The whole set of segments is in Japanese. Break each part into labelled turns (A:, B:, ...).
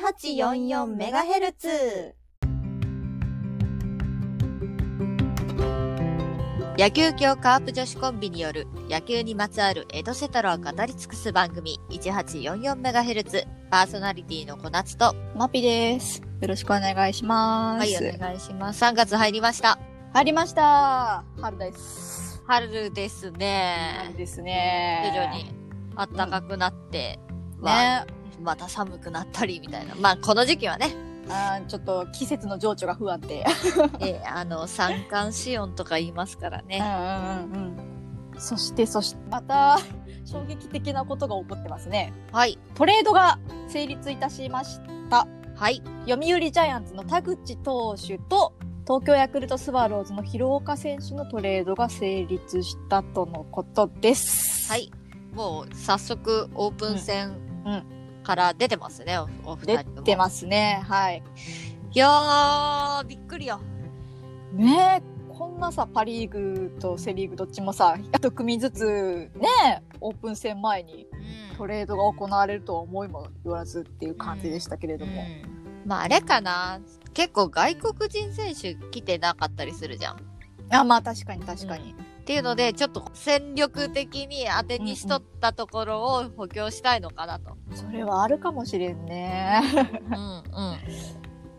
A: 1844メガヘルツ。
B: 野球協カープ女子コンビによる野球にまつわる江戸セトラを語り尽くす番組 1844MHz パーソナリティの小夏と
A: マピです。よろしくお願いしま
B: はい
A: す。
B: お願いします3月入りました
A: 入りました。春です。
B: 春です
A: 春
B: ね
A: です
B: 徐
A: ね。
B: 々に暖かくなって、まあ、
A: ね。
B: また寒くなったりみたいなまあこの時期はね、
A: あーちょっと季節の情緒が不安定。
B: えーあの三寒四温とか言いますから
A: うんう
B: ね
A: んうんうん。そして、そして、また、衝撃的なことが起こってますね。
B: はい
A: トレードが成立いたしました。
B: はい
A: 読売ジャイアンツの田口投手と東京ヤクルトスワローズの広岡選手のトレードが成立したとのことです。
B: は。いもう早速オープン戦
A: うんう
B: から出てますね、おお二
A: 出
B: 人とも
A: てますね。はい。
B: いやーびっくりよ
A: ねえ、こんなさ、パリーグとセリーグどっちもさ、1組ずつね、オープン戦前にトレードが行われるとは思いもよらずっていう感じでしたけれども。
B: うんまああれかな結構外国人選手来てなかったりするじゃん。っ
A: あ、まあ確かに確かに。
B: ていうのでちょっと戦力的に当てにしとったところを補強したいのかなと。
A: それはあるかもしれんね。
B: うんうん。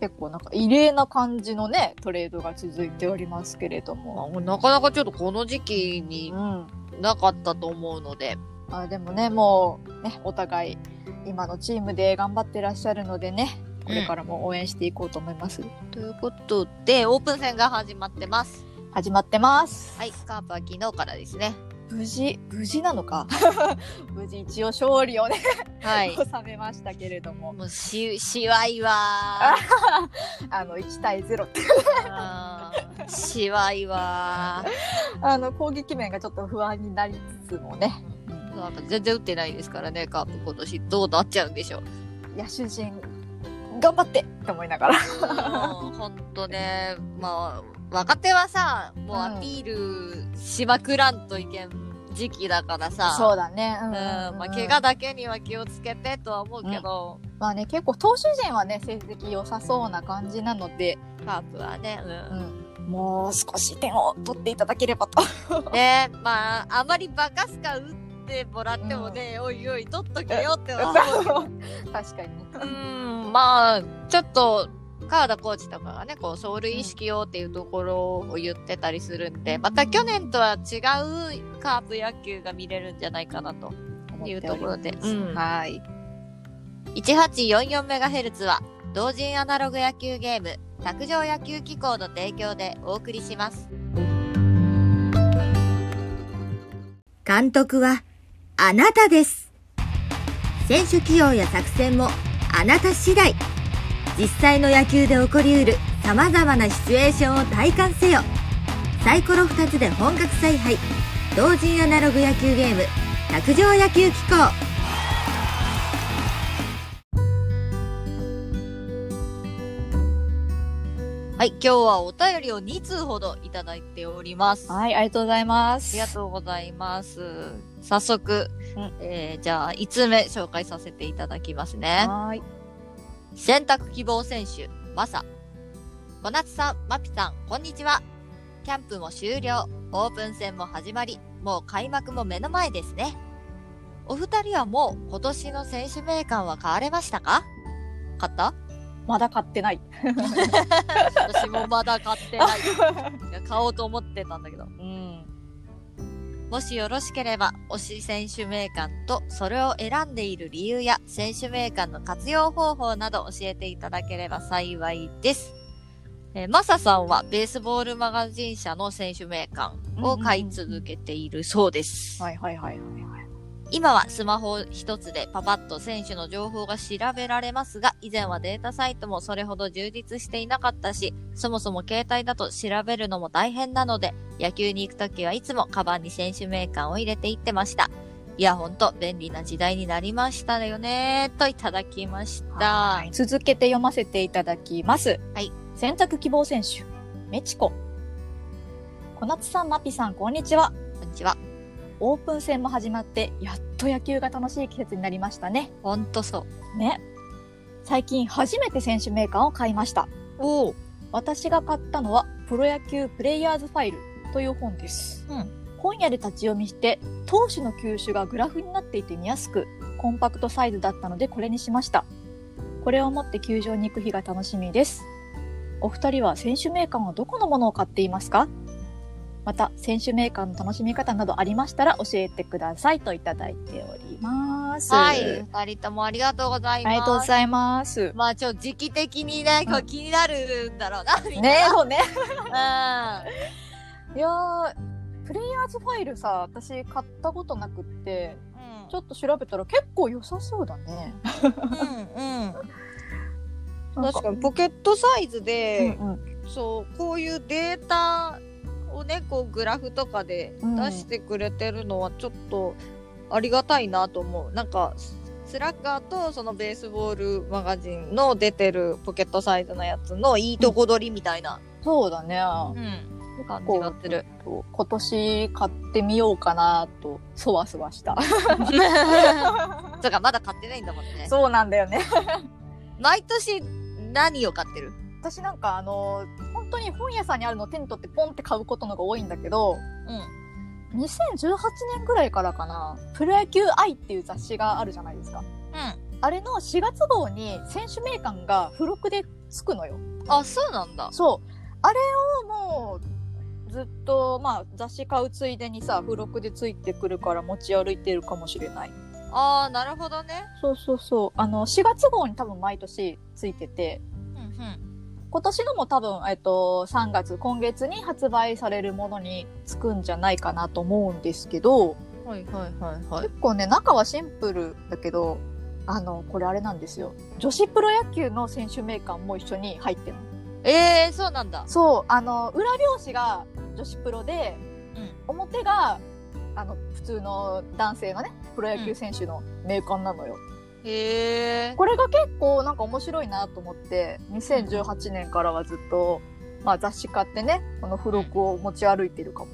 A: 結構なんか異例な感じのね、トレードが続いておりますけれども。
B: まあなかなかちょっとこの時期に
A: うん。
B: なかったと思うので。
A: あでもねもうねお互い今のチームで頑張ってらっしゃるのでねこれからも応援していこうと思います、
B: ということでオープン戦が始まってます。
A: 始まってます、
B: はい、カープは昨日からですね。
A: 無事無事なのか 無事一応勝利をね、
B: はい。
A: 収めましたけれども
B: もうし、しわい わ
A: あの1対0って
B: ー。うんしわいわー。
A: あの攻撃面がちょっと不安になりつつもね
B: なんか全然打ってないですからね、カープ今年どうなっちゃうんでしょう。
A: 野手陣頑張ってって思いながら
B: ほんとね、まあ、若手はさ、もうアピールしまくらんといけん時期だからさ、
A: そうだねうん
B: うん
A: うんうん、
B: まあ、怪我だけには気をつけてとは思うけど、
A: まあね結構投手陣はね成績良さそうな感じなので、
B: カープはね、うん
A: もう少し点を取っていただければと。
B: ね、まあ、あまりバカすか打ってもらってもね、おいおい、取っとけよっては思うけど。
A: 確かに。
B: うん、まあ、ちょっと、川田コーチとかがね、こう、走塁意識をっていうところを言ってたりするんで、また去年とは違うカープ野球が見れるんじゃないかなというところで。うん
A: はい。
B: 1844MHz は、同人アナログ野球ゲーム、卓上野球機構の提供でお送りします。
C: 監督はあなたです。選手起用や作戦もあなた次第。実際の野球で起こりうる様々なシチュエーションを体感せよ。サイコロ2つで本格采配。同人アナログ野球ゲーム、卓上野球機構。
B: はい、今日はお便りを2通ほどいただいております。
A: はい、ありがとうございま
B: あ
A: す。
B: りがとうございます。早速、
A: うん
B: えーじゃあ、5つ目紹介させていただきますね。
A: はい。
B: 選択希望選手、マサ。小夏さん、マピさん、こんにちは。キャンプも終了、オープン戦も始まり、もう開幕も目の前ですね。お二人はもう今年の選手名鑑は買われましたか買った
A: まだ買ってない。
B: 私もまだ買ってない。いや買おうと思ってたんだけど。
A: うん。
B: もしよろしければ、推し選手名鑑と、それを選んでいる理由や、選手名鑑の活用方法など教えていただければ幸いです。えーマサさんは、ベースボールマガジン社の選手名鑑を買い続けているそうです。
A: はいはいはいはいはい。
B: 今はスマホ一つでパパッと選手の情報が調べられますが、以前はデータサイトもそれほど充実していなかったし、そもそも携帯だと調べるのも大変なので、野球に行くときはいつもカバンに選手名鑑を入れていってました。いや、ほんと便利な時代になりましたよね、といただきました。
A: 続けて読ませていただきます。
B: はい。
A: 選択希望選手、メチコ。小夏さん、マピさん、こんにちは。
B: こんにちは。
A: オープン戦も始まって、やっと野球が楽しい季節になりましたね。
B: ほんとそう。
A: ね。最近初めて選手名鑑を買いました。
B: おお。
A: 私が買ったのは、プロ野球プレイヤーズファイルという本です。
B: う
A: 本屋で立ち読みして、投手の球種がグラフになっていて見やすく、コンパクトサイズだったのでこれにしました。これを持って球場に行く日が楽しみです。お二人は選手名鑑はどこのものを買っていますかまた、選手名鑑の楽しみ方などありましたら教えてくださいといただいております。
B: はい。
A: あ
B: 二人ともありがとうございます。
A: りがとうございます。
B: まあ、ちょ、時期的にね、こう気になるんだろうな、みんな。
A: ねえ、そうね。
B: う
A: いやープレイヤーズファイルさ私買ったことなくって
B: ん。うん
A: ちょっと調べたら結構良さそうだね
B: うんう。
A: なんん
B: 確かにポケットサイズで、
A: うんうん
B: そうこういうデータをねこうグラフとかで
A: うん
B: 出してくれてるのはちょっとありがたいなと思うなんかススラッガーとそのベースボールマガジンの出てるポケットサイズのやつのいいとこ取りみたいな、
A: そうだね
B: うん感じ
A: こ
B: に
A: う
B: なっ てる。
A: 今年買ってみようかなとそわそわした
B: とかまだ買ってないんだもんね。
A: そうなんだよね
B: 毎年何を買ってる、
A: 私なんかあの本当に本屋さんにあるの手に取ってポンって買うことのが多いんだけど
B: う
A: 2018年ぐらいからかな「プロ野球愛」っていう雑誌があるじゃないですか
B: ん、
A: あれの4月号に選手名鑑が付録でつくのよ
B: うん、あそうなんだ。
A: そうあれをもうずっとまあ雑誌買うついでにさ付録でついてくるから持ち歩いてるかもしれない
B: ああなるほどね。
A: そうそうそうあの4月号に多分毎年ついてて
B: うんうん
A: 今年のも多分、えっと、3月今月に発売されるものにつくんじゃないかなと思うんですけど
B: はいはいはいはい
A: 結。構ね中はシンプルだけどあのこれあれなんですよ女子プロ野球の選手名鑑も一緒に入ってる
B: えー、そうなんだ。
A: そうあの裏表紙が女子プロで
B: うん
A: 表があの普通の男性のねプロ野球選手の名鑑なのよ、
B: へえ。
A: これが結構なんか面白いなと思って2018年からはずっと、まあ、雑誌買ってねこの付録を持ち歩いてるかも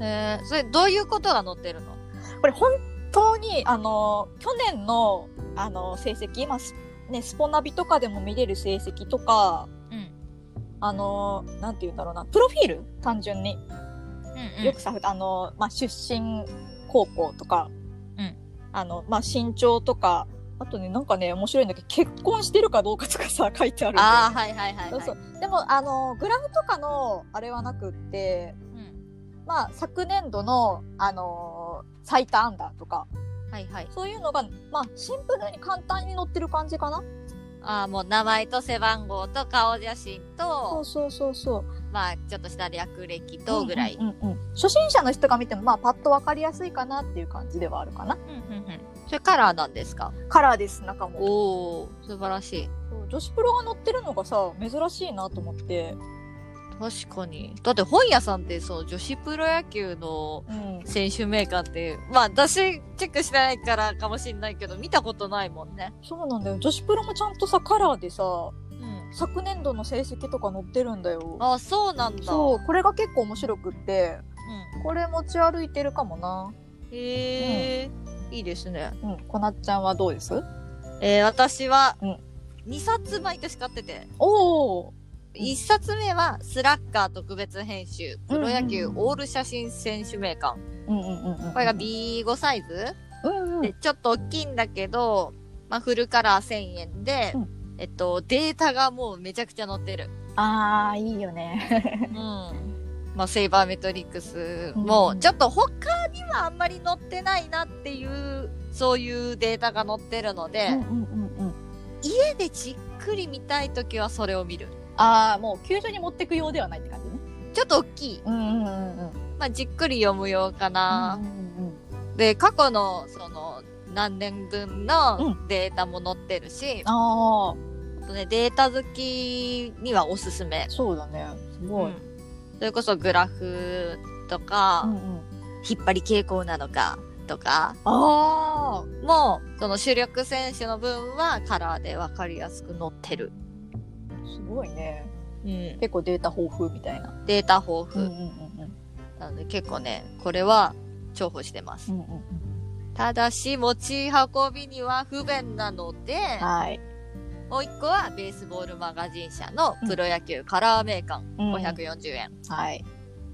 B: へえ。それどういうことが載ってるの？
A: これ本当にあの去年のあの成績今、スね、スポナビとかでも見れる成績とか
B: うん。
A: あのなんて言うんだろうなプロフィール単純に
B: うん
A: よくさ、あの、まあ、出身高校とか、
B: うん
A: あの、まあ、身長とか、あとね、なんかね、面白いんだけど、結婚してるかどうかとかさ、 書いてあるんだよ
B: ああはいはいはい、はい。
A: そうそう。でも、あの、グラフとかの、あれはなくって、
B: うん。
A: まあ、昨年度の、あのー最多安打とか、
B: はいはい。
A: そういうのが、まあ、シンプルに簡単に載ってる感じかな。
B: ああもう名前と背番号と顔写真
A: そ
B: と
A: うそうそうそう。
B: まあちょっとした略歴とぐらい。
A: うんうんうん初心者の人が見ても、まあ、パッとわかりやすいかなっていう感じではあるかな。
B: うんうんうん。それカラーなんですか？
A: カラーです、中も。
B: おお素晴らしい。
A: そう女子プロが乗ってるのがさ珍しいなと思って、
B: 確かに。だって本屋さんってそう女子プロ野球の
A: うん、
B: 選手名鑑ってまあ私チェックしてないからかもしれないけど見たことないもんね。
A: そうなんだよ女子プロもちゃんとさカラーでさ
B: うん。
A: 昨年度の成績とか載ってるんだよ
B: ああそうなんだ。
A: そうこれが結構面白くってこれ持ち歩いてるかもな、
B: うん。へえ、いいですね。
A: うん、こなっちゃんはどうです
B: えー私は
A: うん
B: 2冊毎年買ってて、
A: おお
B: 1冊目はスラッガー特別編集、プロ野球
A: うんうん
B: オール写真選手名鑑。
A: うんうんうんうん
B: これが B5 サイズ、
A: うんう
B: で、
A: ん
B: ちょっと大きいんだけど、まあ、フルカラー1000円で、
A: う
B: えっと、データがもうめちゃくちゃ載って る。
A: あーいいよね
B: うん。まあ、セイバーメトリックスも、
A: うん
B: ちょっと他にはあんまり載ってないなっていう、そういうデータが載ってるので、
A: うんうんうんうん
B: 家でじっくり見たいときはそれを見る。
A: ああもう球場に持ってく用ではないって感じね
B: ちょっと大きい。
A: うんうんうんうん
B: まあ、じっくり読むようかな
A: う。んうんうん
B: で、過去の、その、何年分の
A: う
B: データも載ってるし、
A: ああ
B: あとね、データ好きにはおすすめ。
A: そうだねすごい、
B: うんそれこそグラフとか、
A: うんうん、
B: 引っ張り傾向なのかとか、
A: ああ
B: もう、その主力選手の分はカラーでわかりやすく載ってる。
A: すごいね
B: うん、
A: 結構データ豊富みたいな
B: データ豊富。
A: うんうん
B: なので結構ね、これは重宝してます。
A: うんうん
B: ただし持ち運びには不便なので、
A: はい
B: もう一個はベースボールマガジン社のプロ野球カラーメーカ
A: う
B: ー
A: ん
B: 540円。
A: はい。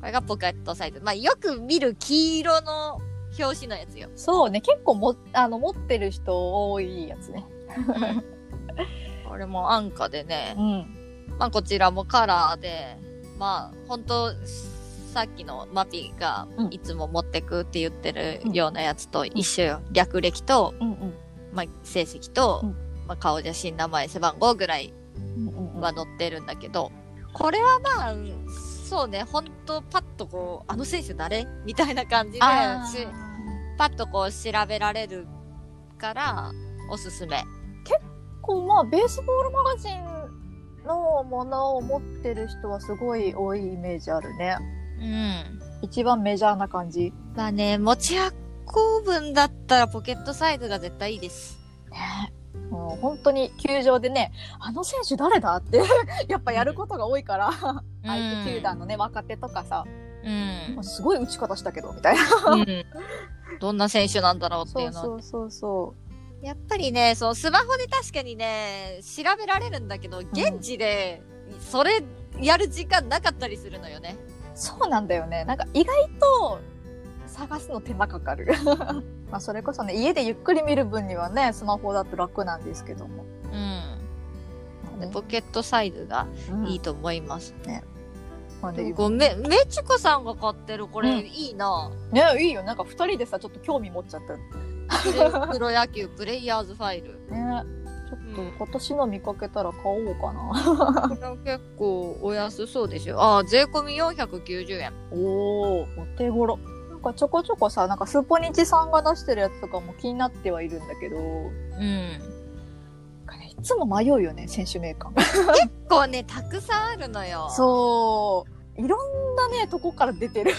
B: これがポケットサイズ。まあ、よく見る黄色の表紙のやつよ。
A: そうね、結構も、あの、持ってる人多いやつね。
B: これも安価でね
A: う。ん。
B: まあ、こちらもカラーで、まあ、本当さっきのマピが
A: うん
B: いつも持ってくって言ってるようなやつと一緒よ。略歴と、
A: うんうん。
B: まあ、成績と、
A: うん
B: まあ、顔写真、名前、背番号ぐらい
A: うんうんうん
B: は載ってるんだけど、これはまあ、そうね、ほんとパッとこう、あの選手誰みたいな感じで、
A: あ
B: し
A: ー
B: パッとこう調べられるから、おすすめ。
A: こうまあベースボールマガジンのものを持ってる人はすごい多いイメージあるね
B: うん。
A: 一番メジャーな感じ
B: まあね、持ち運ぶんだったらポケットサイズが絶対いいです。
A: ねもう本当に球場でねあの選手誰だって やっぱやることが多いから相手球団のね若手とかさ
B: うん。
A: すごい打ち方したけどみたいな
B: うん。どんな選手なんだろうっていうの。
A: うそうそ
B: やっぱりね、そう、スマホで確かにね、調べられるんだけど、現地で、それ、やる時間なかったりするのよね。
A: うそうなんだよねなんか意外と探すの手間かかる まあそれこそね家でゆっくり見る分にはねスマホだと楽なんですけども、
B: うん。でポケットサイズが
A: うん
B: いいと思います。
A: まあね
B: ごめん、メチコさんが買ってるこれ、
A: うん
B: いい な。
A: ねいいよなんか2人でさちょっと興味持っちゃった
B: プロ野球プレイヤーズファイル。
A: ねちょっと今年の見かけたら買おうかな、
B: これは結構お安そうですよ。ああ、税込み490円。
A: おおお手頃なんかちょこちょこさなんかスポニチさんが出してるやつとかも気になってはいるんだけど
B: うん。
A: なんかねいつも迷うよね選手名鑑
B: こうね、たくさんあるのよ。
A: そういろんなねとこから出てる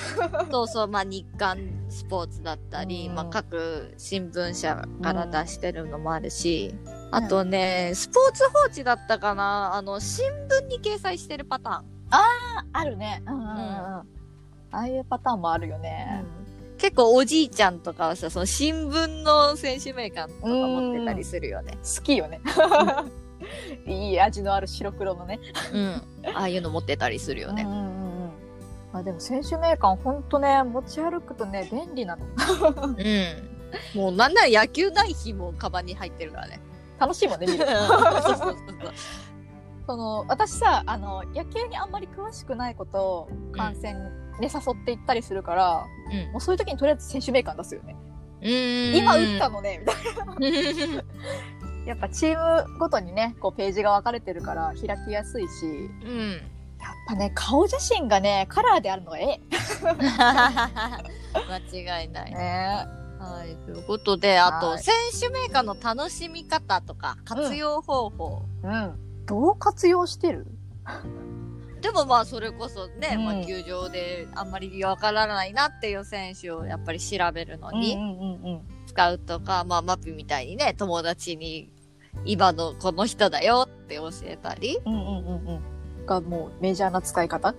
B: そうそう、まあ、日刊スポーツだったり、
A: うん
B: まあ、各新聞社から出してるのもあるし、あとね、スポーツ報知だったかな、あの、新聞に掲載してるパターン。
A: あるねうんうんうん、ああいうパターンもあるよね、
B: 結構おじいちゃんとかはさ、その新聞の選手名鑑とか持ってたりするよね。
A: 好きよ ねいい味のある白黒のね
B: うん。ああいうの持ってたりするよね
A: う。んうんうんまあでも選手名鑑ほんとね持ち歩くとね便利なの
B: うん。もうなんなら野球ない日もカバンに入ってるからね。
A: 楽しいもんね 見る
B: そうそうそう
A: その私さあの野球にあんまり詳しくないことを観戦で誘っていったりするから、
B: うん
A: もうそういう時にとりあえず選手名鑑出すよね、
B: うん
A: 今打ったのねみたいなやっぱチームごとにねこうページが分かれてるから開きやすいし
B: うん。
A: やっぱね顔写真がねカラーであるのがえ
B: 間違いな
A: え
B: い。
A: ね
B: はい。ということで、あと、
A: はい
B: 選手名鑑の楽しみ方とか、活用方法。
A: うんどう活用してる
B: でもまあ、それこそね、
A: うん
B: まあ、球場であんまりわからないなっていう選手をやっぱり調べるの
A: う
B: に
A: んうんうんうん
B: 使うとか、まあ、マピみたいにね、友達に、今のこの人だよって教えたり。
A: うんうんうんうんがもうメジャーな使い 方
B: うん。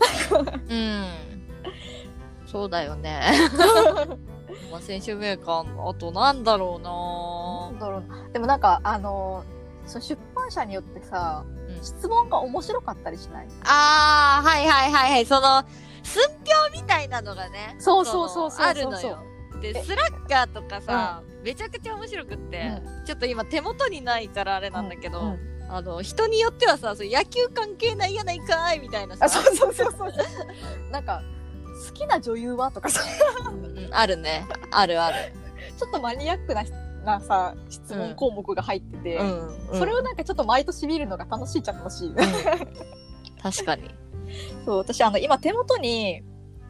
B: そうだよね。 まあ、選手名鑑、あとなんだろう
A: な
B: なん
A: だろうなでもなんかあのそう出版社によってさ、
B: うん
A: 質問が面白かったりしない
B: ああ、はいはいはいはい。その、寸評みたいなのがね。
A: そうそうそうそうそうそう
B: のあるのよ。で、
A: え
B: スラッガーとかさ、めちゃくちゃ面白くって、ちょっと今手元にないからあれなんだけど、
A: うん
B: あの、人によってはさ、そう野球関係ないやないかいみたいなさ
A: あ、そうそうそうそう なんか好きな女優はとかさ
B: うんあるね。あるある。
A: ちょっとマニアックななさ質問項目が入ってて、
B: ん
A: それをなんかちょっと毎年見るのが楽しいっちゃ楽しい、
B: 確かに。
A: そう私あの今手元に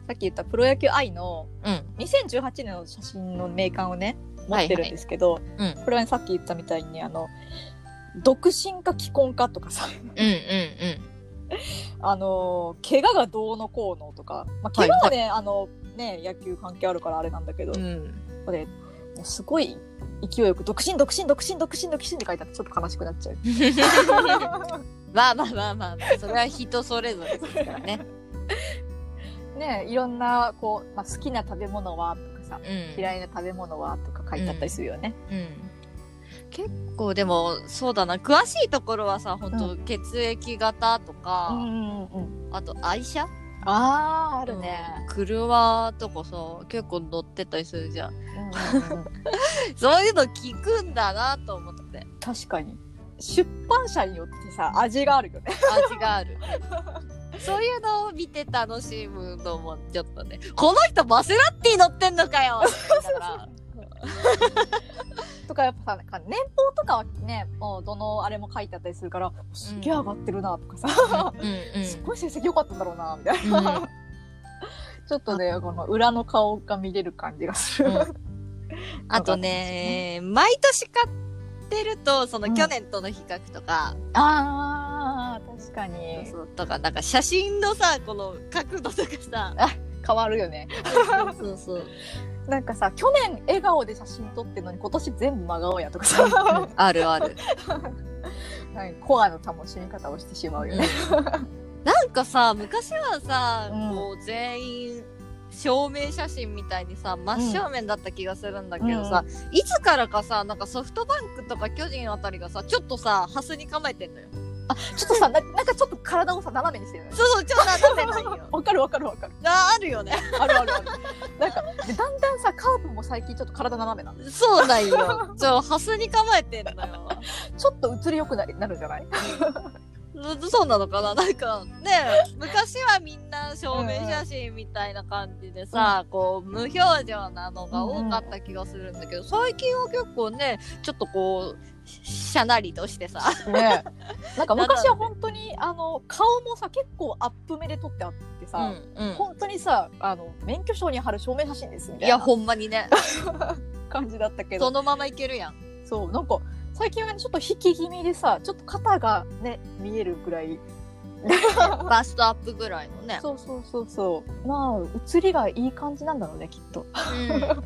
A: さっき言ったプロ野球愛の
B: うん。
A: 2018年の写真の名鑑をね持ってるんですけど、
B: はいうん
A: これはねさっき言ったみたいにあの独身か既婚かとかさ
B: うんうん
A: あのー怪我がどうのこうのとか、まあ、怪我はね、あのね野球関係あるからあれなんだけど、
B: う
A: こ
B: ん。
A: れもうすごい勢いよく独身独身独身独身独身って書いてあってちょっと悲しくなっ ちゃう
B: まあまあまあまあ、まあ、それは人それぞれですからね。
A: ねいろんなこう、まあ、好きな食べ物はとかさ
B: うん。
A: 嫌いな食べ物はとか書いてあったりするよね、
B: うん。結構でもそうだな詳しいところはさ本当、
A: う
B: 血液型とか、
A: うんうん。
B: あと愛車
A: ああ、あ
B: あ
A: るね。
B: 車とかさ結構乗ってたりするじゃん
A: うんうんうん
B: そういうの聞くんだなと思って
A: 確かに。出版社によってさ、味があるよね。
B: 味がある そういうのを見て楽しむのもちょっとねこの人マセラッティ乗ってんのか よだから
A: とかやっぱさ、なんか年俸とかはね、もうどのあれも書いてあったりするから、すげえ上がってるなとかさ、
B: うんうん
A: すっごい成績良かったんだろうな、みたいな。
B: うん
A: ちょっとね、この裏の顔が見れる感じがする。
B: うんあとね毎年買ってるとその去年との比較とか、
A: ああ、確かに。
B: そうとかなんか写真のさこの角度とか さ
A: 変わるよね。
B: そうそう
A: なんかさ、去年笑顔で写真撮ってるのに、今年全部真顔やとかさ、
B: あるある
A: なんかコアの楽しみ方をしてしまうよね。
B: なんかさ昔はさ、
A: うん
B: もう全員証明写真みたいにさ真正面だった気がするんだけどさ、いつからかさなんかソフトバンクとか巨人あたりがさちょっとさハスに構えてんのよ
A: ちょっとさな、なんかちょっと体をさ、斜めにしてるよね。
B: そうそうちょっと斜めないよ
A: わかるわかるわかる。
B: ああるよね
A: あるあるある。なんか、でだんだんさ、カーブも最近ちょっと体斜めな。
B: そうなんよちょハスに構えてんのよ
A: ちょっと映り良くななるんじゃない
B: そそうなのかななんかね昔はみんな証明写真みたいな感じでさ、こう無表情なのが多かった気がするんだけど、最近は結構ねちょっとこうしゃなりとしてさ
A: ねなんか昔は本当に、あの、顔もさ、結構アップ目で撮ってあってさ、本当にさ、あの、免許証に貼る証明写真ですみた
B: い
A: い
B: や
A: な
B: ほんまにね
A: 感じだったけど
B: そ。のままいけるやん
A: そうなんか最近はねちょっと引き気味でさちょっと肩がね見えるぐらい
B: バストアップぐらいのね
A: そうそうそうそうまあ映りがいい感じなんだろうねきっと
B: うん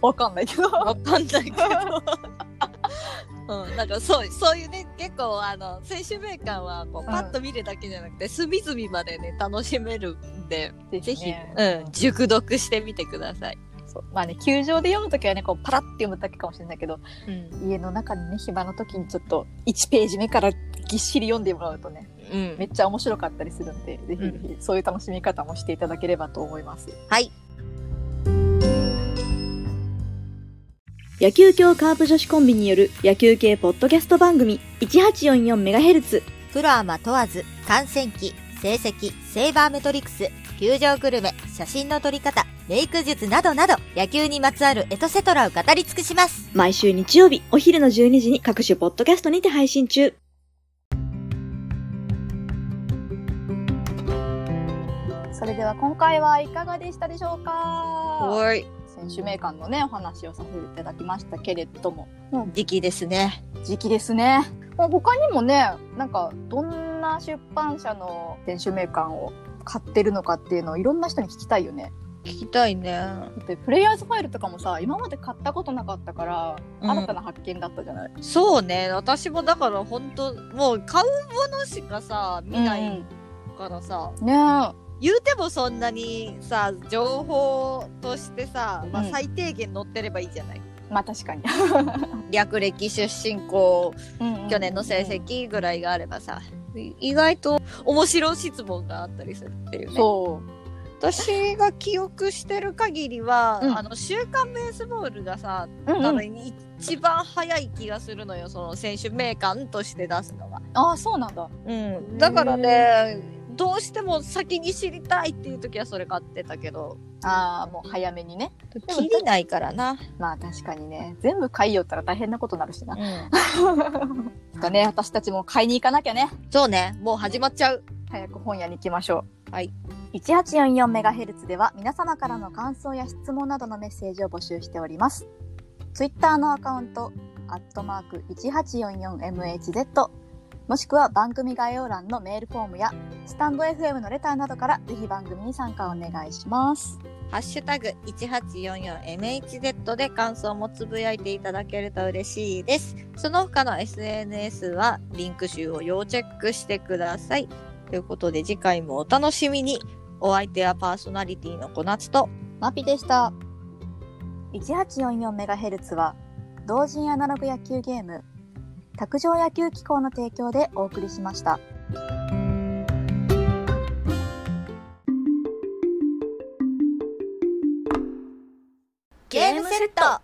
A: わかんないけ ど
B: わかんないけどうん、なんかそうそういうね結構あの選手名鑑はこう
A: うん
B: パッと見るだけじゃなくて、隅々までね楽しめるんで
A: ぜ
B: ぜひ、
A: ね
B: うん、熟読してみてください。
A: そうまあね球場で読むときはねこうパラッて読むだけかもしれないけど
B: うん、
A: 家の中にね暇な時にちょっと1ページ目からぎっしり読んでもらうとね
B: うん
A: めっちゃ面白かったりするんでぜひぜひそういう楽しみ方もしていただければと思います。
D: 野球協カープ女子コンビによる野球系ポッドキャスト番組 1844MHz
C: プロアマ問わず、観戦記、成績、セイバーメトリクス、球場グルメ、写真の撮り方、メイク術などなど、野球にまつわるエトセトラを語り尽くします。
D: 毎週日曜日お昼の12時に各種ポッドキャストにて配信中
A: それでは今回はいかがでしたでしょうか
B: おい
A: 選手名鑑のねお話をさせていただきましたけれども
B: 時期ですね。
A: 時期ですねもう他にもねなんかどんな出版社の選手名鑑を買ってるのかっていうのをいろんな人に聞きたいよね
B: 聞きたいね。
A: だってプレイヤーズファイルとかもさ今まで買ったことなかったから、
B: うん
A: 新たな発見だったじゃない
B: そうね私もだから本当もう買うものしかさ見ないからさ、
A: うんね
B: 言うてもそんなにさ情報としてさ、まあ、
A: うん
B: 最低限載ってればいいじゃない。
A: えまあ確かに
B: 略歴出身校
A: うんうん
B: 去年の成績ぐらいがあればさ、い意外と面白質問があったりするっていうね。
A: そう
B: 私が記憶してる限りは、
A: うん
B: あの週刊ベースボールがさ、
A: うん
B: 多
A: うん、
B: 分一番早い気がするのよその選手名鑑として出すのが、
A: ああそうなんだ
B: うん、だからねどうしても先に知りたいっていう時はそれ買ってたけど
A: ああもう早めにねも
B: 切りないからな、
A: まあ確かにね全部買いよったら大変なことになるしな
B: うん、
A: だね私たちも買いに行かなきゃね
B: そうねもう始まっちゃう
A: 早く本屋に行きましょう。
B: はい。
A: 1844メガヘルツでは皆様からの感想や質問などのメッセージを募集しております。ツイッターのアカウント、アットマーク 1844MHz、もしくは番組概要欄のメールフォームや、スタンド FM のレターなどからぜひ番組に参加お願いします。
B: ハッシュタグ 1844MHz で感想もつぶやいていただけると嬉しいです。その他の SNS はリンク集を要チェックしてください。ということで次回もお楽しみに。お相手はパーソナリティの小夏と
A: マピでした。1844メガヘルツは
D: 同人アナログ野球ゲーム卓上野球機構の提供でお送りしました。
B: ゲームセット